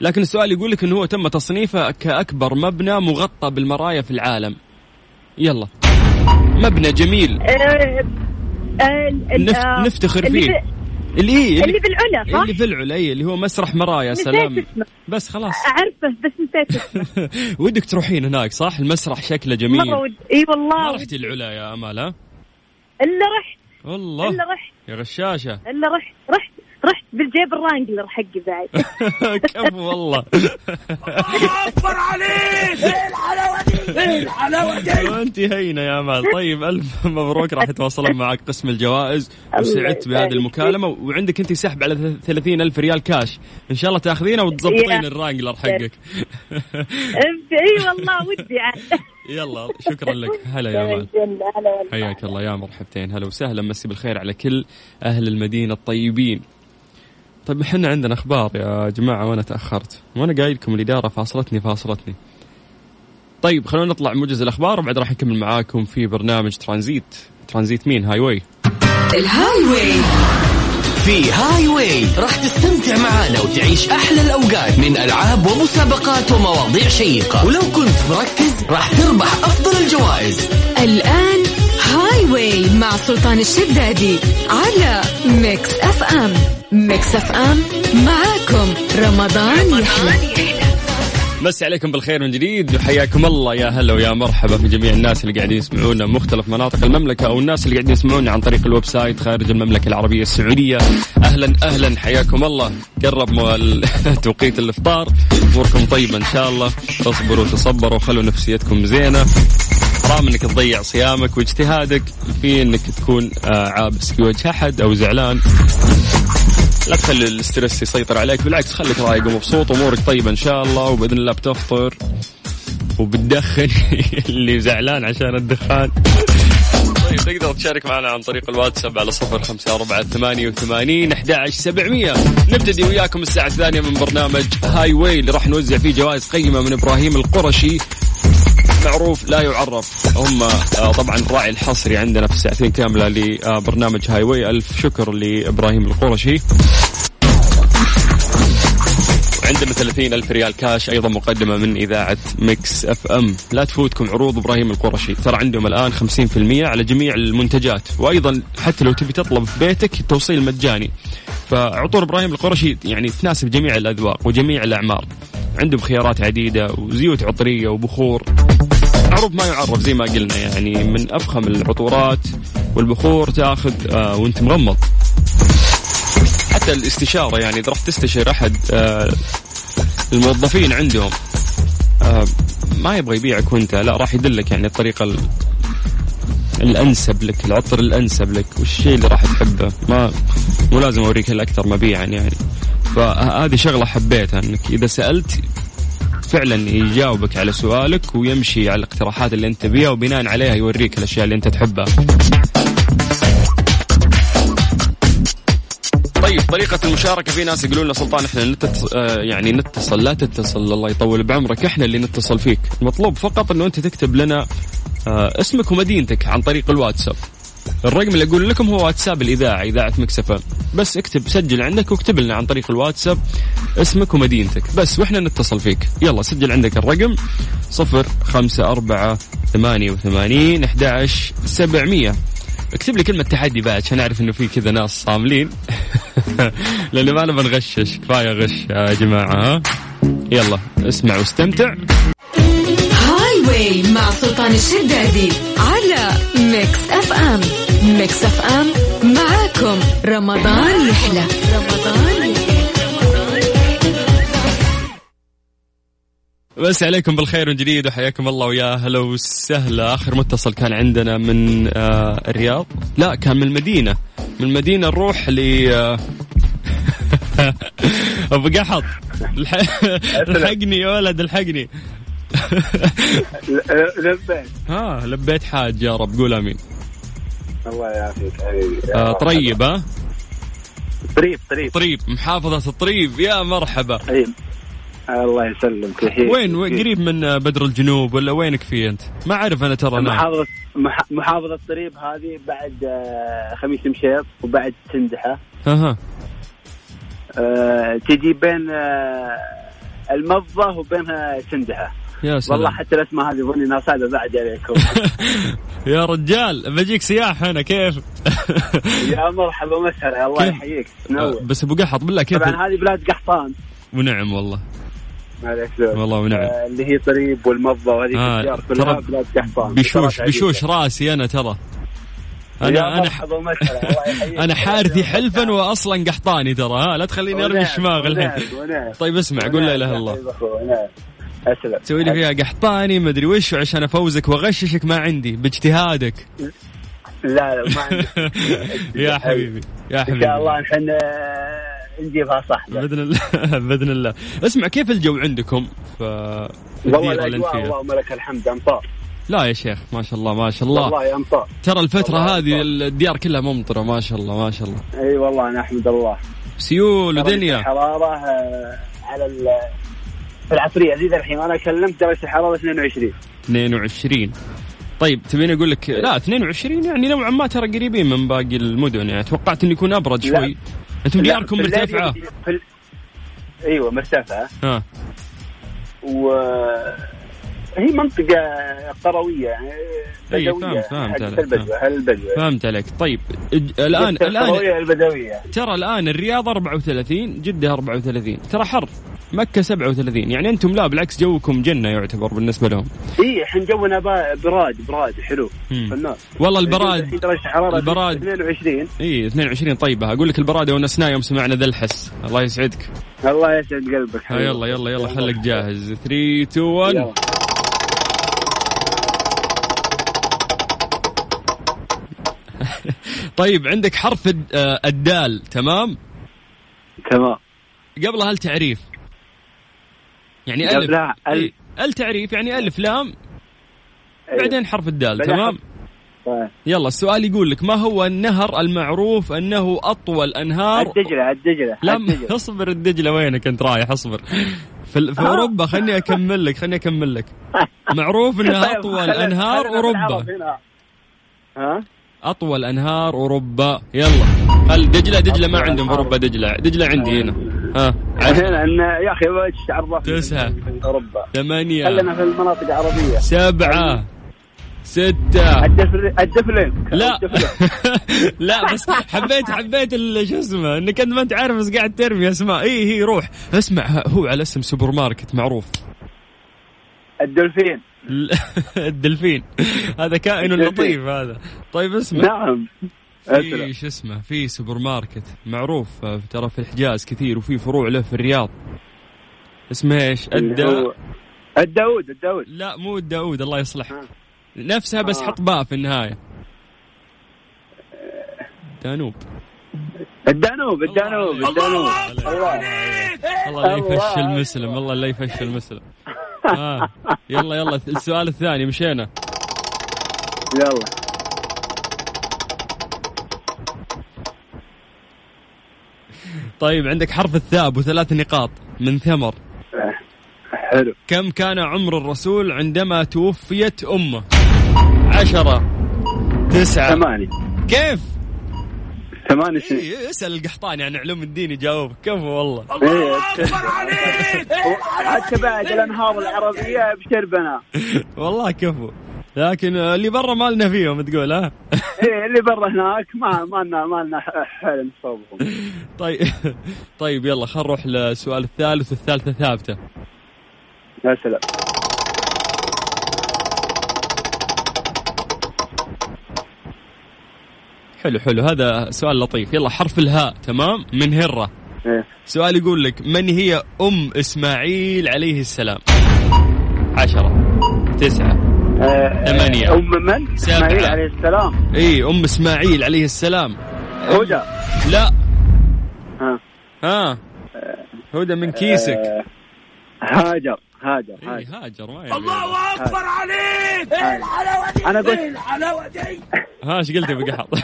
C: لكن السؤال يقول لك انه هو تم تصنيفه كاكبر مبنى مغطى بالمرايا في العالم يلا مبنى جميل
F: آه، آه، ال-
C: نف...
F: آه،
C: نفتخر
F: اللي
C: فيه
F: في-
C: اللي إيه
F: اللي بالعلا صح؟
C: اللي في العلا إيه، اللي هو مسرح مرايا
F: نسيت
C: سلام
F: اسمه.
C: بس خلاص
F: اعرفه بس نسيت اسمه.
C: ودك تروحين هناك صح المسرح شكله جميل
F: مره ود... اي
C: ما
F: والله ود...
C: رحتي العلا يا امال ها
F: الا رحت الا
C: والله
F: رحت
C: يا غشاشه
F: الا رحت رحت رحت بالجيب الرانجلر حقي بعد
C: كفو والله وانت هينه يا امال طيب الف مبروك راح يتواصلون معك قسم الجوائز وسعدت
F: الله
C: بهذه المكالمه وعندك انت سحب على ث- 30 الف ريال كاش ان شاء الله تاخذينه وتظبطين
F: يا.
C: الرانجلر حقك
F: اي والله ودي عاد
C: يلا شكرا لك هلا يا امال
F: الجنة، هلا والله.
C: حياك الله يا مرحبتين هلا وسهلا مسي بالخير على كل اهل المدينه الطيبين طيب احنا عندنا اخبار يا جماعه وانا تاخرت وانا قايل لكم الاداره فاصلتني فاصلتني طيب خلونا نطلع موجز الاخبار وبعد راح نكمل معاكم في برنامج ترانزيت ترانزيت مين هاي واي
A: الهاي واي
B: في هاي واي راح تستمتع معانا وتعيش احلى الاوقات من العاب ومسابقات ومواضيع شيقه ولو كنت مركز راح تربح افضل الجوائز
A: الآن هاي واي مع سلطان الشدادي على ميكس أف أم ميكس أف أم معاكم رمضان يحلى
C: مسي عليكم بالخير من جديد وحياكم الله يا هلا ويا مرحبا في جميع الناس اللي قاعدين يسمعونا من مختلف مناطق المملكة أو الناس اللي قاعدين يسمعونا عن طريق الويب سايت خارج المملكة العربية السعودية أهلا أهلا حياكم الله قرب مو- ال- توقيت الإفطار أموركم طيبة إن شاء الله اصبروا تصبروا خلوا نفسيتكم زينة حرام انك تضيع صيامك واجتهادك في انك تكون آه، عابس في وجه احد او زعلان لا تخلي الاسترس يسيطر عليك بالعكس خليك رايق ومبسوط امورك طيبه ان شاء الله وباذن الله بتفطر وبتدخن اللي زعلان عشان الدخان طيب تقدر تشارك معنا عن طريق الواتساب على صفر خمسة أربعة ثمانية وثمانين أحد سبعمية نبتدي وياكم الساعة الثانية من برنامج هاي واي اللي راح نوزع فيه جوائز قيمة من إبراهيم القرشي معروف لا يعرف هم آه، طبعا الراعي الحصري عندنا في ساعتين كامله لبرنامج هاي واي الف شكر لابراهيم القرشي عندنا 30 ألف ريال كاش أيضا مقدمة من إذاعة ميكس أف أم لا تفوتكم عروض إبراهيم القرشي ترى عندهم الآن 50% على جميع المنتجات وأيضا حتى لو تبي تطلب في بيتك التوصيل مجاني فعطور إبراهيم القرشي يعني تناسب جميع الأذواق وجميع الأعمار عندهم خيارات عديدة وزيوت عطرية وبخور عروض ما يعرف زي ما قلنا يعني من أفخم العطورات والبخور تاخذ آه وانت مغمض حتى الاستشارة يعني إذا رحت تستشير أحد آه الموظفين عندهم آه، ما يبغى يبيعك وانت لا راح يدلك يعني الطريقه ال- الانسب لك العطر الانسب لك والشيء اللي راح تحبه ما مو لازم اوريك الاكثر مبيعا يعني فهذه شغله حبيتها انك اذا سالت فعلا يجاوبك على سؤالك ويمشي على الاقتراحات اللي انت تبيها وبناء عليها يوريك الاشياء اللي انت تحبها طيب طريقة المشاركة في ناس يقولون لنا سلطان احنا نتص... آه، يعني نتصل لا تتصل الله يطول بعمرك احنا اللي نتصل فيك، المطلوب فقط انه انت تكتب لنا آه، اسمك ومدينتك عن طريق الواتساب الرقم اللي اقول لكم هو واتساب الاذاعه اذاعه مكسفه بس اكتب سجل عندك واكتب لنا عن طريق الواتساب اسمك ومدينتك بس واحنا نتصل فيك يلا سجل عندك الرقم 054 88 11 700 اكتب لي كلمة تحدي بعد عشان اعرف انه في كذا ناس صاملين لانه ما نبغى نغشش كفاية غش يا جماعة ها يلا اسمع واستمتع
A: هاي واي مع سلطان الشدادي على ميكس اف ام ميكس اف ام معاكم رمضان يحلى رمضان يحلى
C: بس عليكم بالخير من جديد وحياكم الله ويا هلا وسهلا اخر متصل كان عندنا من آه الرياض لا كان من المدينه من المدينه نروح ل آه، ابو قحط الح- الحقني يا ولد الحقني
E: لبيت
C: ها لبيت حاج يا رب قول امين
E: الله يعافيك أيوة. حبيبي
C: آه طريب ها
E: طريب طريب
C: طريب محافظه الطريب يا مرحبا
E: طيب الله يسلمك يحييك
C: وين وين قريب من آه، بدر الجنوب ولا وينك فيه انت ما اعرف انا ترى انا
E: محافظة مح- محافظة طريب هذه بعد آه، خميس مشيط وبعد سندحة
C: ها ها
E: آه، تجي بين آه، المضة وبين آه، سندحة
C: يا سلام
E: والله حتى الاسماء هذه ظني ناس هذا بعد عليكم
C: يا رجال بجيك سياح انا كيف
E: يا مرحبا مسهلا الله
C: كيف؟
E: يحييك تنور
C: بس ابو قحط بالله كيف
E: طبعا هذه بلاد قحطان
C: ونعم والله
E: ما عليك زود.
C: والله ونعم
E: آه، اللي هي طريب والمضة وهذه
C: آه،
E: الأشياء كلها
C: ترى
E: بلاد قحطان
C: بشوش
E: بلاد
C: بشوش
E: عجيبة.
C: راسي انا ترى
E: يا
C: انا انا
E: مرحبا ومسهلا الله يحييك
C: انا حارثي حلفا واصلا قحطاني ترى ها لا تخليني ارمي
E: ونعم،
C: الشماغ
E: ونعم،
C: الحين
E: ونعم.
C: طيب اسمع قول لا اله الا الله
E: الله اسلم
C: تسوي لي فيها قحطاني مدري وش عشان افوزك واغششك ما عندي باجتهادك
E: لا لا ما عندي
C: يا حبيبي يا
E: ان
C: حبيبي
E: شاء الله نحن آه، نجيبها صح
C: باذن الله باذن الله اسمع كيف الجو عندكم في في
E: والله
C: الديره اللي انت
E: الاجواء
C: فيها
E: اللهم لك الحمد امطار
C: لا يا شيخ ما شاء الله ما شاء الله
E: والله امطار
C: ترى الفترة
E: والله
C: هذه
E: أكبر.
C: الديار كلها ممطرة ما شاء الله ما شاء الله
E: اي والله انا احمد الله
C: سيول
E: درجة
C: ودنيا
E: الحراره آه، على ال في العصريه زي ذا الحين انا كلمت درجه الحراره 22
C: 22 طيب تبيني اقول لك لا 22 يعني نوعا ما ترى قريبين من باقي المدن يعني توقعت انه يكون ابرد
E: لا.
C: شوي انتم
E: لا،
C: دياركم
E: في الليل
C: مرتفعة
E: يجي- في ال- ايوه مرتفعه
C: ها
E: و هي منطقة قروية يعني
C: إي،
E: بدوية
C: فهمت- فهمت
E: حقت
C: عليك،
E: البدوة البدوة
C: فهمت عليك طيب إج- الان الان
E: القروية البدوية
C: ترى الان الرياض 34 جدة 34 ترى حر مكة 37 يعني انتم لا بالعكس جوكم جنة يعتبر بالنسبة لهم
E: اي إيه، الحين جونا با- براد براد حلو
C: مم.
E: فنان
C: والله
E: الحين
C: البراد
E: درجة حرارة
C: البراد.
E: 22
C: اي 22 طيبة اقول لك البرادة ونسناه يوم سمعنا ذا الحس الله يسعدك
E: الله يسعد قلبك
C: ها آه، يلا يلا يلا خلك جاهز 3 2 1
E: يلا.
C: طيب عندك حرف الد- آه، الدال تمام
E: تمام
C: قبلها التعريف يعني الف
E: قبلها ال-
C: إيه، التعريف يعني الف لام بعدين حرف الدال
E: إيه. بعدين
C: تمام
E: طيب.
C: يلا السؤال يقول لك ما هو النهر المعروف انه اطول انهار
E: الدجلة الدجلة
C: لم
E: الدجلة.
C: اصبر الدجله وينك انت رايح اصبر في, ال- في
E: آه.
C: اوروبا خليني اكمل لك خليني اكمل لك معروف انها
E: طيب،
C: اطول
E: خلينا-
C: انهار
E: خلينا
C: اوروبا
E: بالعرب هنا. ها
C: اطول انهار اوروبا يلا خل دجله دجله ما عندهم في اوروبا دجله دجله عندي هنا ها عشرة،
E: هنا ان يا اخي وش عرفت
C: تسعة.
E: من اوروبا خلينا
C: ثمانية
E: في المناطق العربية
C: سبعة ستة
E: الدفل- الدفلين
C: لا
E: الدفلين.
C: لا بس حبيت حبيت ال- شو اسمه انك انت ما انت عارف بس قاعد ترمي اسماء اي هي روح اسمع هو على اسم سوبر ماركت معروف
E: الدولفين
C: ال- الدلفين هذا كائن
E: الدلفين.
C: لطيف هذا طيب اسمع
E: نعم
C: في
E: اسلم
C: شو اسمه في سوبر ماركت معروف آه، ترى في الحجاز كثير وفي فروع له في الرياض اسمه ايش؟
E: اللي
C: الدا
E: هو- الداود الداود
C: لا مو الداود الله يصلحك
E: آه.
C: نفسها بس
E: آه.
C: حط باء في النهايه دانوب
E: الدانوب الدانوب الدانوب الله
C: الله لا
E: الله
C: يفشل
E: أكبر.
C: مسلم والله لا يفشل مسلم آه. يلا يلا السؤال الثاني مشينا
E: يلا
C: طيب عندك حرف الثاء وثلاث نقاط من ثمر
E: حلو
C: كم كان عمر الرسول عندما توفيت امه عشرة تسعة
E: ثمانية
C: كيف؟
E: ثمانية سنين
C: إيه اسأل القحطاني عن علوم الدين يجاوبك كفو والله
E: إيه. حتى بعد الانهار العربيه بشربنا
C: والله كفو لكن آه، اللي برا مالنا فيهم تقول ها
E: إيه اللي برا هناك ما ما لنا ما لنا حل نصوبهم
C: طيب طيب يلا خلينا نروح للسؤال الثالث والثالثة ثابتة
E: يا سلام
C: حلو حلو هذا سؤال لطيف يلا حرف الهاء تمام من هرة
E: إيه.
C: سؤال يقول لك من هي أم إسماعيل عليه السلام عشرة تسعة
E: آه،
C: ثمانية.
E: ام من؟
C: سبعة.
E: اسماعيل عليه السلام
C: اي أم إسماعيل عليه السلام
E: هدى
C: لا
E: ها
C: ها هدى من كيسك
E: آه، هاجر هاجر
C: اي
E: هاجر
C: هاجر ما يعني الله
E: انا قلت
C: ها ايش قلت يا ابو قحط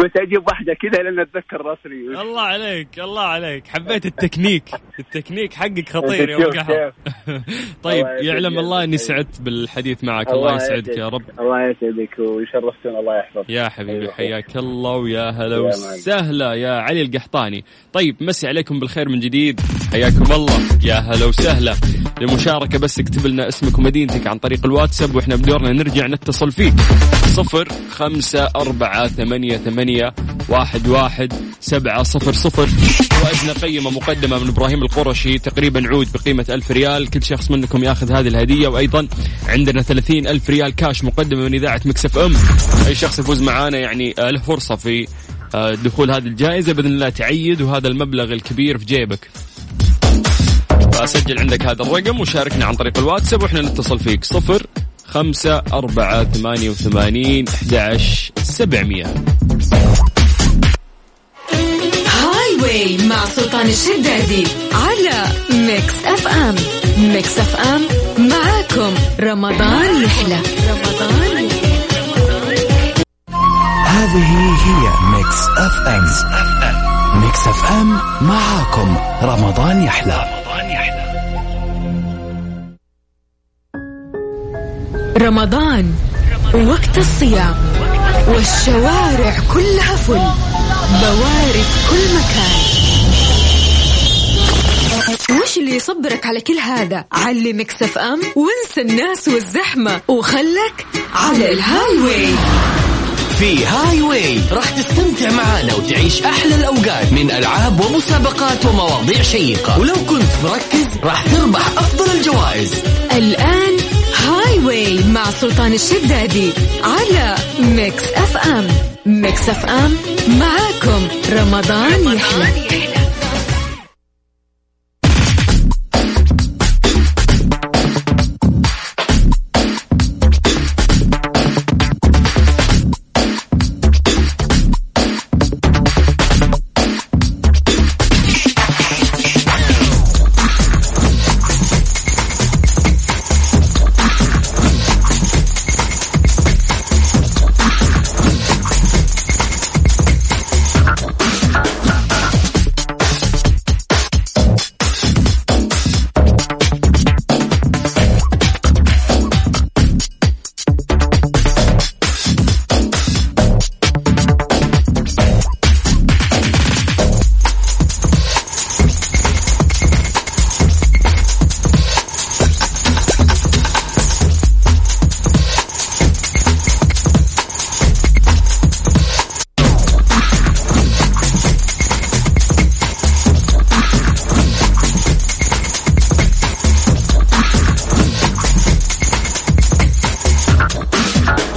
E: قلت اجيب واحده كذا لان اتذكر راسي
C: الله عليك الله عليك حبيت التكنيك التكنيك حقك خطير يا ابو قحط طيب
E: الله يسعدك
C: يعلم
E: يا
C: الله اني
E: حبيبي.
C: سعدت بالحديث معك الله يسعدك يا رب
E: الله يسعدك ويشرفتنا الله يحفظك
C: يا حبيبي
E: أيوة.
C: حياك الله ويا هلا
E: يا معلم.
C: وسهلا يا علي القحطاني طيب مسي عليكم بالخير من جديد حياكم الله يا هلا وسهلا للمشاركة بس اكتب لنا اسمك ومدينتك عن طريق الواتساب واحنا بدورنا نرجع نتصل فيك صفر خمسة أربعة ثمانية ثمانية واحد واحد سبعة صفر صفر وأجنى قيمة مقدمة من إبراهيم القرشي تقريبا عود بقيمة ألف ريال كل شخص منكم ياخذ هذه الهدية وأيضا عندنا ثلاثين ألف ريال كاش مقدمة من إذاعة مكسف أم أي شخص يفوز معانا يعني آه، له فرصة في آه، دخول هذه الجائزة بإذن الله تعيد وهذا المبلغ الكبير في جيبك فسجل عندك هذا الرقم وشاركنا عن طريق الواتساب واحنا نتصل فيك صفر خمسة أربعة ثمانية وثمانين أحد سبعمية
A: هاي واي مع سلطان الشدادي على ميكس اف ام ميكس اف ام معاكم رمضان يحلى رمضان يحلى
B: هذه هي ميكس اف ام ميكس اف ام معاكم رمضان يحلى
A: رمضان وقت الصيام والشوارع كلها فل بوارد كل مكان وش اللي يصبرك على كل هذا علمك سف ام وانسى الناس والزحمة وخلك على الهاي واي
B: في هاي واي راح تستمتع معانا وتعيش احلى الاوقات من العاب ومسابقات ومواضيع شيقه ولو كنت مركز راح تربح افضل الجوائز
A: الآن هاي واي مع سلطان الشدادي على ميكس اف ام ميكس اف ام معاكم رمضان يحلى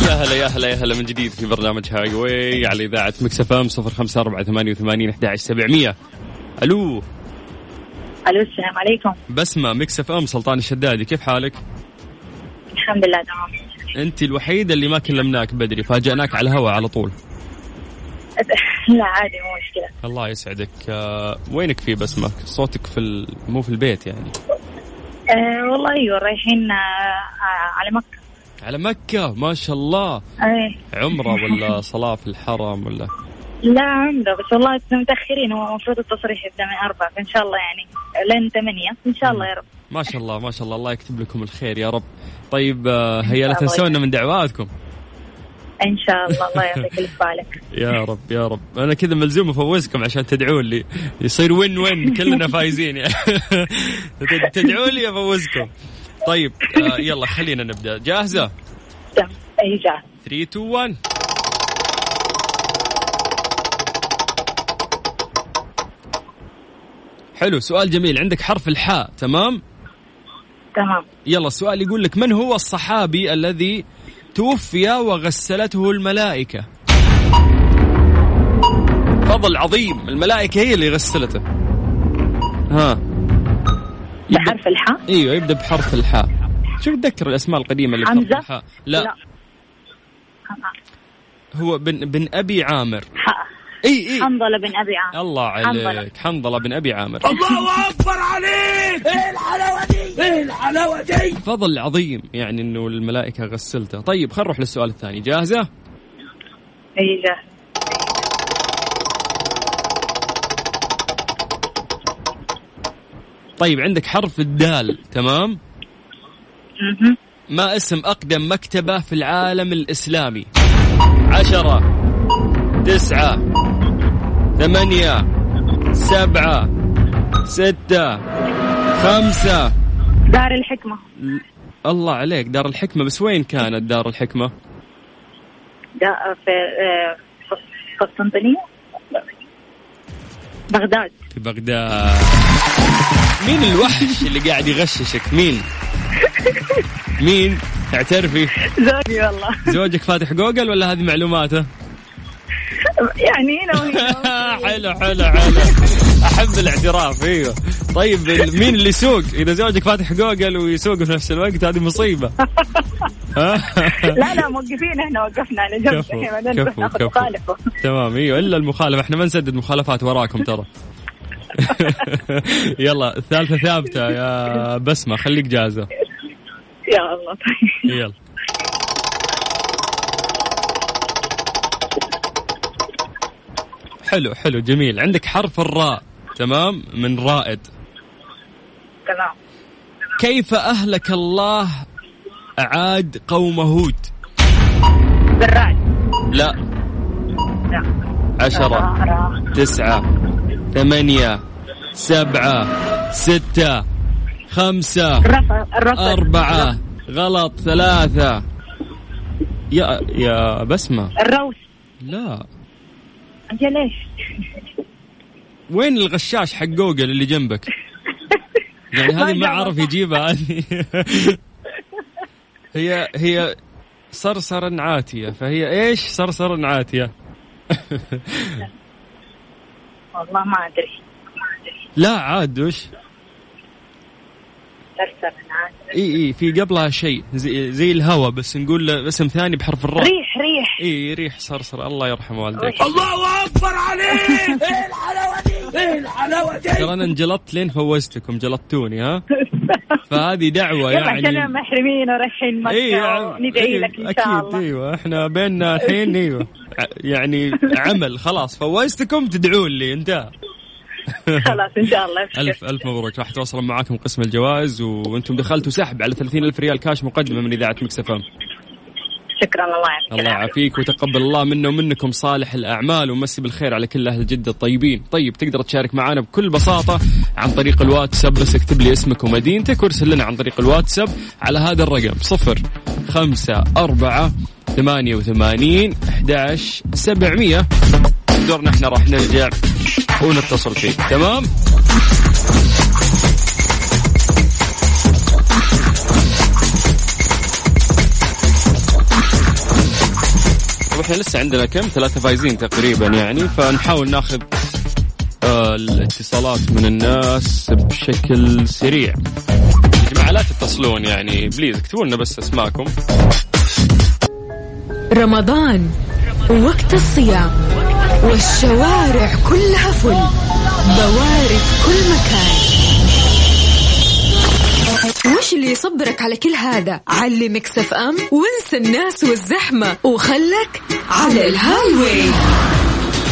C: يا هلا يا هلا يا هلا من جديد في برنامج هاي واي على اذاعه مكس اف ام 05488 11700 الو
F: الو السلام عليكم
C: بسمه مكس اف ام سلطان الشدادي كيف حالك؟
F: الحمد لله تمام
C: انت الوحيده اللي ما كلمناك بدري فاجأناك على الهواء على طول
F: لا عادي مو مشكله
C: الله يسعدك آه، وينك في بسمه؟ صوتك في ال... مو في البيت يعني
F: آه والله ايوه رايحين آه آه، على مكه
C: على مكه ما شاء الله
F: ايه
C: عمره ولا صلاه في الحرم ولا
F: لا عمره بس والله متاخرين هو المفروض التصريح يبدا من اربعة فان شاء الله يعني لين ثمانية ان شاء الله يا رب
C: ما شاء الله ما شاء الله الله يكتب لكم الخير يا رب طيب آه، هيا لا
F: الله
C: تنسونا من دعواتكم
F: ان شاء الله الله يعطيك اللي في بالك
C: يا رب يا رب انا كذا ملزوم افوزكم عشان تدعون لي يصير وين وين كلنا فايزين يعني تدعون لي افوزكم طيب آه، يلا خلينا نبدا جاهزه
F: تمام. اي جاهز
C: 3 2 1 حلو سؤال جميل عندك حرف الحاء تمام
F: تمام
C: يلا السؤال يقول لك من هو الصحابي الذي توفي وغسلته الملائكة فضل عظيم الملائكة هي اللي غسلته ها يبدأ
F: بحرف الحاء
C: ايوه يبدا بحرف الحاء شو تذكر الاسماء القديمه اللي بحرف
F: حمزة؟
C: الحاء لا هو بن بن ابي عامر
F: حاء.
C: اي اي
F: حنظله بن ابي عامر
C: الله عليك حنظله بن ابي عامر فضل عظيم يعني انه الملائكه غسلته طيب خلينا نروح للسؤال الثاني جاهزه
F: اي جاهز
C: طيب عندك حرف الدال تمام
F: مهم.
C: ما اسم اقدم مكتبه في العالم الاسلامي عشرة تسعة ثمانية سبعة ستة خمسة
F: دار الحكمه
C: الله عليك دار الحكمة بس وين كانت دار الحكمة؟
F: دا في آه، قسطنطينيه بغداد
C: في بغداد مين الوحش اللي قاعد يغششك مين؟ مين؟ اعترفي
F: زوجي والله
C: زوجك فاتح جوجل ولا هذه معلوماته؟
F: يعني هنا وهنا
C: حلو حلو حلو احب الاعتراف ايوه طيب ال- مين اللي يسوق اذا زوجك فاتح جوجل ويسوق في نفس الوقت هذه مصيبه ها؟
F: لا لا موقفين احنا وقفنا على جنب
C: كفو،
F: الحين
C: كفو،
F: بعدين ناخذ
C: كفو.
F: مخالفه
C: تمام ايوه الا المخالفه احنا ما نسدد مخالفات وراكم ترى يلا الثالثه ثابته يا بسمه خليك جاهزه
F: يا الله طيب
C: يلا حلو حلو جميل عندك حرف الراء تمام من رائد
F: تمام
C: كيف أهلك الله عاد قوم هود
F: بالرعد
C: لا عشرة
F: را- را-
C: تسعة ثمانية سبعة ستة خمسة
F: الرفع الرفع
C: أربعة غلط ثلاثة يا يا بسمة
F: الروس
C: لا
F: انت ليش؟
C: وين الغشاش حق جوجل اللي جنبك؟ يعني هذه ما
F: جاوب.
C: عرف يجيبها هذه هي هي صرصرا عاتية فهي ايش صرصرا عاتية؟
F: والله ما ادري ما ادري
C: لا عاد وش؟
F: ترسل من عاد.
C: اي اي في قبلها شيء زي, زي الهوى بس نقول له اسم ثاني بحرف الراء
F: ريح ريح
C: اي ريح صرصر الله يرحم والديك
F: ريح. إيه
C: ترى انا انجلطت لين فوزتكم جلطتوني ها فهذه دعوة
F: يلا عشان
C: يعني إيه،
F: محرمين ورايحين مكه وندعي لك ان شاء
C: اكيد
F: الله
C: ايوه احنا بيننا الحين ايوه ع- يعني عمل خلاص فوزتكم تدعون لي انتهى
F: خلاص ان شاء الله أبشر.
C: الف الف مبروك راح توصلوا معاكم قسم الجوائز وانتم دخلتوا سحب على 30 الف ريال كاش مقدمه من اذاعه مكس اف ام
F: شكرا الله يعطيك
C: الله
F: العافية.
C: يعافيك وتقبل الله منا ومنكم صالح الاعمال ومسي بالخير على كل اهل جده الطيبين، طيب تقدر تشارك معنا بكل بساطه عن طريق الواتساب بس اكتب لي اسمك ومدينتك وارسل لنا عن طريق الواتساب على هذا الرقم 0 5 4 88 11 700 دورنا احنا راح نرجع ونتصل فيك تمام؟ طب احنا لسه عندنا كم؟ ثلاثة فايزين تقريبا يعني فنحاول ناخذ آه، الاتصالات من الناس بشكل سريع. يا جماعة لا تتصلون يعني بليز اكتبوا لنا بس اسماءكم.
A: رمضان وقت الصيام والشوارع كلها فل بوارف كل مكان وش اللي يصبرك على كل هذا؟ علمك اف ام وانسى الناس والزحمة وخلك على الهاي واي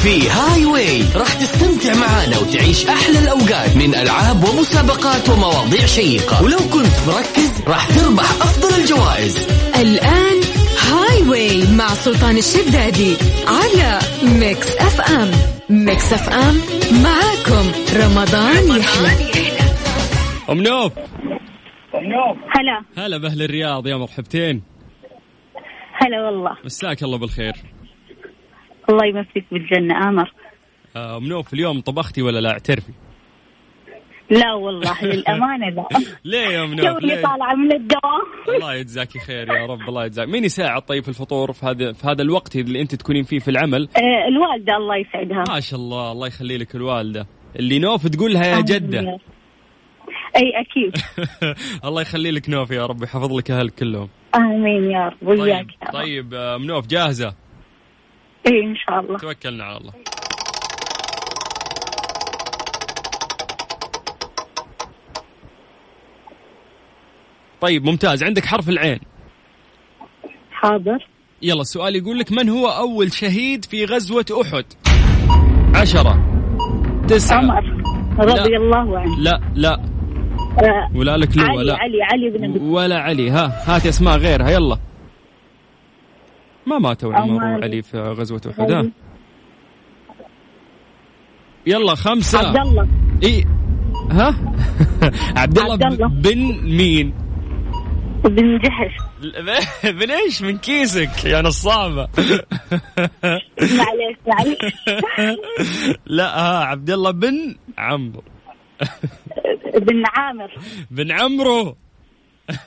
B: في هاي واي راح تستمتع معانا وتعيش أحلى الأوقات من ألعاب ومسابقات ومواضيع شيقة ولو كنت مركز راح تربح أفضل الجوائز
A: الآن هاي واي مع سلطان الشدادي على ميكس أف أم ميكس أف أم معاكم رمضان يحلى
C: ام نوف
F: هلا
C: هلا باهل الرياض يا مرحبتين
F: هلا والله
C: مساك الله بالخير
F: الله يمسك بالجنة آمر
C: آه، ام نوف اليوم طبختي ولا لا اعترفي
F: لا والله للأمانة لا
C: ليه يا ام نوف
F: توني
C: ليه؟
F: طالعة من الدوام
C: الله يجزاك خير يا رب الله يجزاك مين يساعد طيب في الفطور في هذا في هذا الوقت اللي انت تكونين فيه في العمل
F: آه، الوالدة الله يسعدها
C: ما شاء الله الله يخلي لك الوالده اللي نوف تقول لها يا جده
F: أي أكيد
C: الله يخلي لك نوف يا رب يحفظ لك اهلك كلهم
F: آمين يا رب وياك
C: طيب طيب آه، ام نوف جاهزه
F: إي إن شاء الله
C: توكلنا على الله طيب ممتاز عندك حرف العين
F: حاضر
C: يلا السؤال يقول لك من هو أول شهيد في غزوة أحد عشرة تسعة
F: عمر رضي الله عنه
C: لا لا
F: آه،
C: ولا لك لو
F: علي
C: ولا
F: علي علي بن أبي
C: ولا علي ها هات اسماء غيرها يلا ما ماتوا عمر
F: عمر.
C: وعلي في غزوة أحد ها يلا خمسة
F: عبد الله
C: إيه ها عبد الله
F: عبد الله.
C: ب- بن مين
F: بن جهش
C: ل- بن ايش من كيسك يا نصابه
F: معليش معليش
C: لا ها عبد الله بن عمرو
F: بن عامر
C: بن عمرو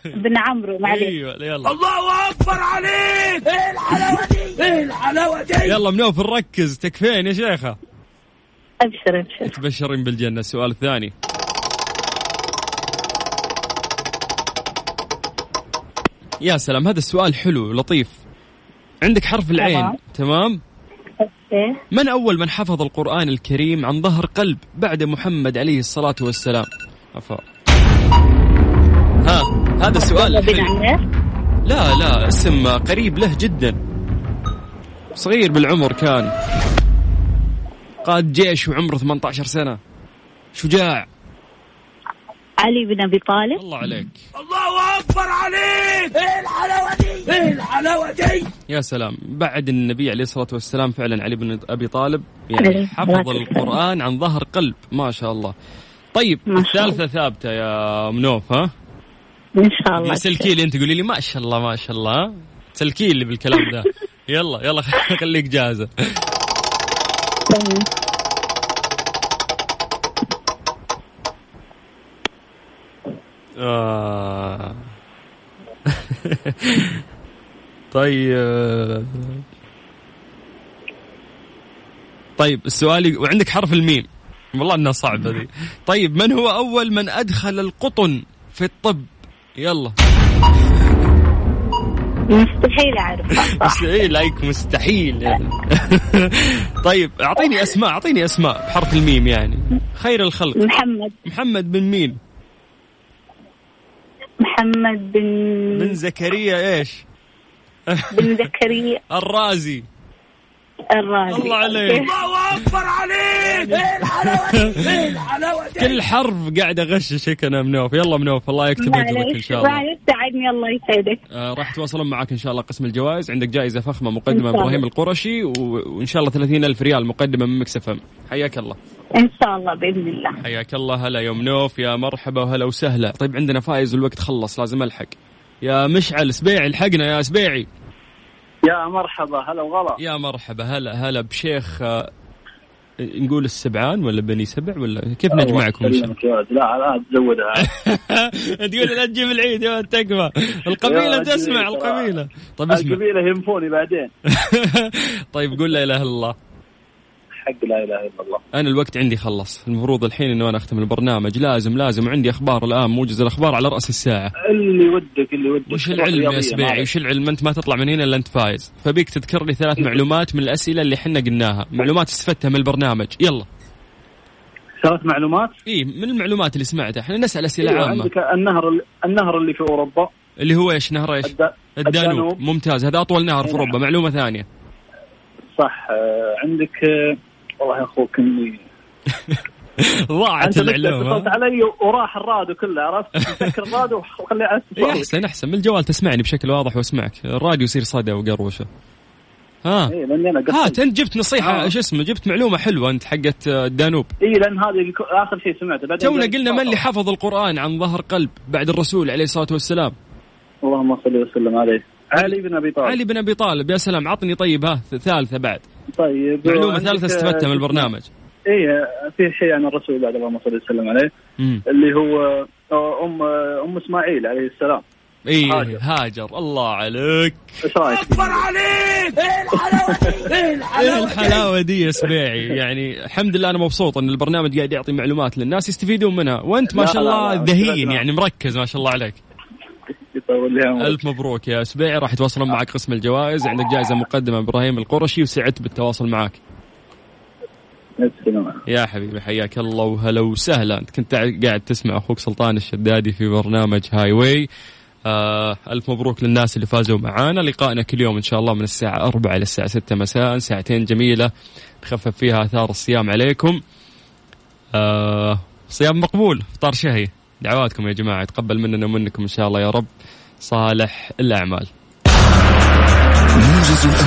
F: بن عمرو معليش
C: ايوه يلا الله اكبر عليك ايه الحلاوه إيه دي ايه الحلاوه دي يلا منوف نركز تكفين يا شيخه
F: ابشر ابشر
C: تبشرين بالجنه السؤال الثاني يا سلام هذا السؤال حلو ولطيف عندك حرف العين
F: تمام.
C: تمام
F: إيه.
C: من أول من حفظ القرآن الكريم عن ظهر قلب بعد محمد عليه الصلاة والسلام أفا. ها هذا سؤال
F: بن
C: حلو.
F: عمير
C: لا لا اسم قريب له جدا صغير بالعمر كان قائد جيش وعمره 18 سنة شجاع
F: علي بن ابي طالب
C: الله عليك يا سلام بعد النبي عليه الصلاة والسلام فعلا علي بن أبي طالب
F: عليه
C: يعني
F: الصلاة
C: حفظ
F: والسلام.
C: القرآن عن ظهر قلب ما شاء الله طيب
F: ما شاء
C: الثالثة ثابتة يا منوف ها
F: ان شاء الله
C: سلكي لي انت قولي لي ما شاء الله ما شاء الله ها؟ سلكي لي بالكلام ده يلا يلا خليك جاهزة
F: تمام.
C: آه. طيب طيب السؤال يق- وعندك حرف الميم والله انها صعبه ذي طيب من هو اول من ادخل القطن في الطب يلا
F: مستحيل اعرف
C: مستحيل لايك مستحيل يعني. طيب اعطيني اسماء اعطيني اسماء بحرف الميم يعني خير الخلق
F: محمد
C: محمد بن مين
F: محمد بن
C: بن زكريا ايش
F: بن زكريا
C: الرازي
F: الرازي
C: الله عليك الله اكبر عليك
F: إيه
C: ايه الحلاوه ايه الحلاوه كل حرف قاعد اغششك انا منوف يلا منوف الله يكتب اجرك ان
F: معليش
C: شاء الله
F: معليش ساعدني الله يسعدك
C: آه راح يتواصلون معك ان شاء الله قسم الجوائز عندك جائزه فخمه
F: إن
C: مقدمه
F: شاء الله.
C: ابراهيم القرشي و... وان شاء الله 30 الف ريال مقدمه من مكس فم حياك الله
F: ان شاء الله باذن الله
C: حياك الله هلا يا منوف يا مرحبا وهلا وسهلا طيب عندنا فايز والوقت خلص لازم الحق يا مشعل سبيعي الحقنا يا سبيعي
E: يا مرحبا هلا وغلا
C: يا مرحبا هلا هلا بشيخ آه، نقول السبعان ولا بني سبع ولا كيف نجمعكم ان شاء الله؟
E: يسلمك يا ولد. لا لا تزودها
C: تقول لا تجيب العيد يا ولد تكفى القبيله
E: يا
C: تسمع
E: جميل.
C: القبيله طيب اسمع
E: القبيله ينفوني بعدين
C: طيب قول لا اله الا الله
E: حق لا اله الا الله
C: انا الوقت عندي خلص المفروض الحين انه انا اختم البرنامج لازم لازم عندي اخبار الان موجز الاخبار على راس الساعه
E: اللي ودك اللي ودك
C: وش العلم يا
E: رياضية،
C: سبيعي
E: معلش.
C: وش العلم انت ما تطلع من هنا الا انت فايز فبيك تذكر لي ثلاث معلومات من الاسئله اللي حنا قلناها
E: طيب.
C: معلومات استفدتها من البرنامج يلا
E: ثلاث معلومات
C: اي من المعلومات اللي سمعتها احنا نسال اسئله
G: إيوه،
E: أيوة،
C: عامه
E: عندك النهر ال- النهر اللي في اوروبا
C: اللي هو ايش نهر ايش
E: الد-
C: الدانوب
E: الدانوب.
C: ممتاز هذا اطول نهر في
E: نعم.
C: اوروبا معلومه ثانيه
G: صح آه، عندك آه، والله يا اخوك اني
C: ضاعت
G: انت بس
C: العلوم
G: اتصلت
C: ها؟
G: علي وراح الراديو كله عرفت سكر الراديو وخليه على
C: إيه،
G: السبورة.
C: احسن احسن من الجوال تسمعني بشكل واضح واسمعك الراديو يصير صدى وقروشه ها
E: إيه،
G: اي لاني انا
C: هات
G: قصدت
C: انت جبت نصيحه
G: آه.
C: شو اسمه جبت معلومه حلوه انت حقت آه، الدانوب
G: اي لان هذا إيه، الك- اخر شيء سمعته بعدين
E: إيه،
C: تونا قلنا من
E: آه.
C: اللي حفظ القران عن ظهر قلب بعد الرسول عليه الصلاه والسلام
G: اللهم صل وسلم عليه علي بن ابي طالب
C: علي بن ابي طالب يا سلام عطني طيب ها ث- ثالثه بعد
G: طيب
C: معلومه
G: عندك،
C: ثالثه
G: آه،
C: استفدتها من البرنامج
G: اي آه، في شيء عن الرسول بعد اللهم صل وسلم عليه
C: امم
G: اللي هو آه، ام آه، ام اسماعيل عليه السلام
C: اي
G: هاجر.
C: إيه، هاجر الله عليك
G: ايش رايك؟
C: ايه الحلاوه دي يا سبيعي يعني الحمد لله انا مبسوط ان البرنامج قاعد يعطي معلومات للناس يستفيدون منها وانت ما
G: لا، لا،
C: شاء الله
G: لا، لا.
C: ذهين يعني مركز ما شاء الله عليك
G: يطول لي عمرك
C: الف مبروك يا سبيعي راح يتواصلون معك قسم الجوائز عندك جائزه مقدمه من ابراهيم القرشي وسعدت بالتواصل معك
G: السلام عليكم.
C: يا حبيبي حياك الله وهلا وسهلا انت كنت قاعد تسمع اخوك سلطان الشدادي في برنامج هاي واي آه الف مبروك للناس اللي فازوا معانا لقائنا كل يوم ان شاء الله من الساعه 4 الى الساعه 6 مساء ساعتين جميله تخفف فيها اثار الصيام عليكم آه صيام مقبول فطار شهي دعواتكم يا جماعه يتقبل مننا ومنكم ان شاء الله يا رب صالح الاعمال
H: موجز الأنباء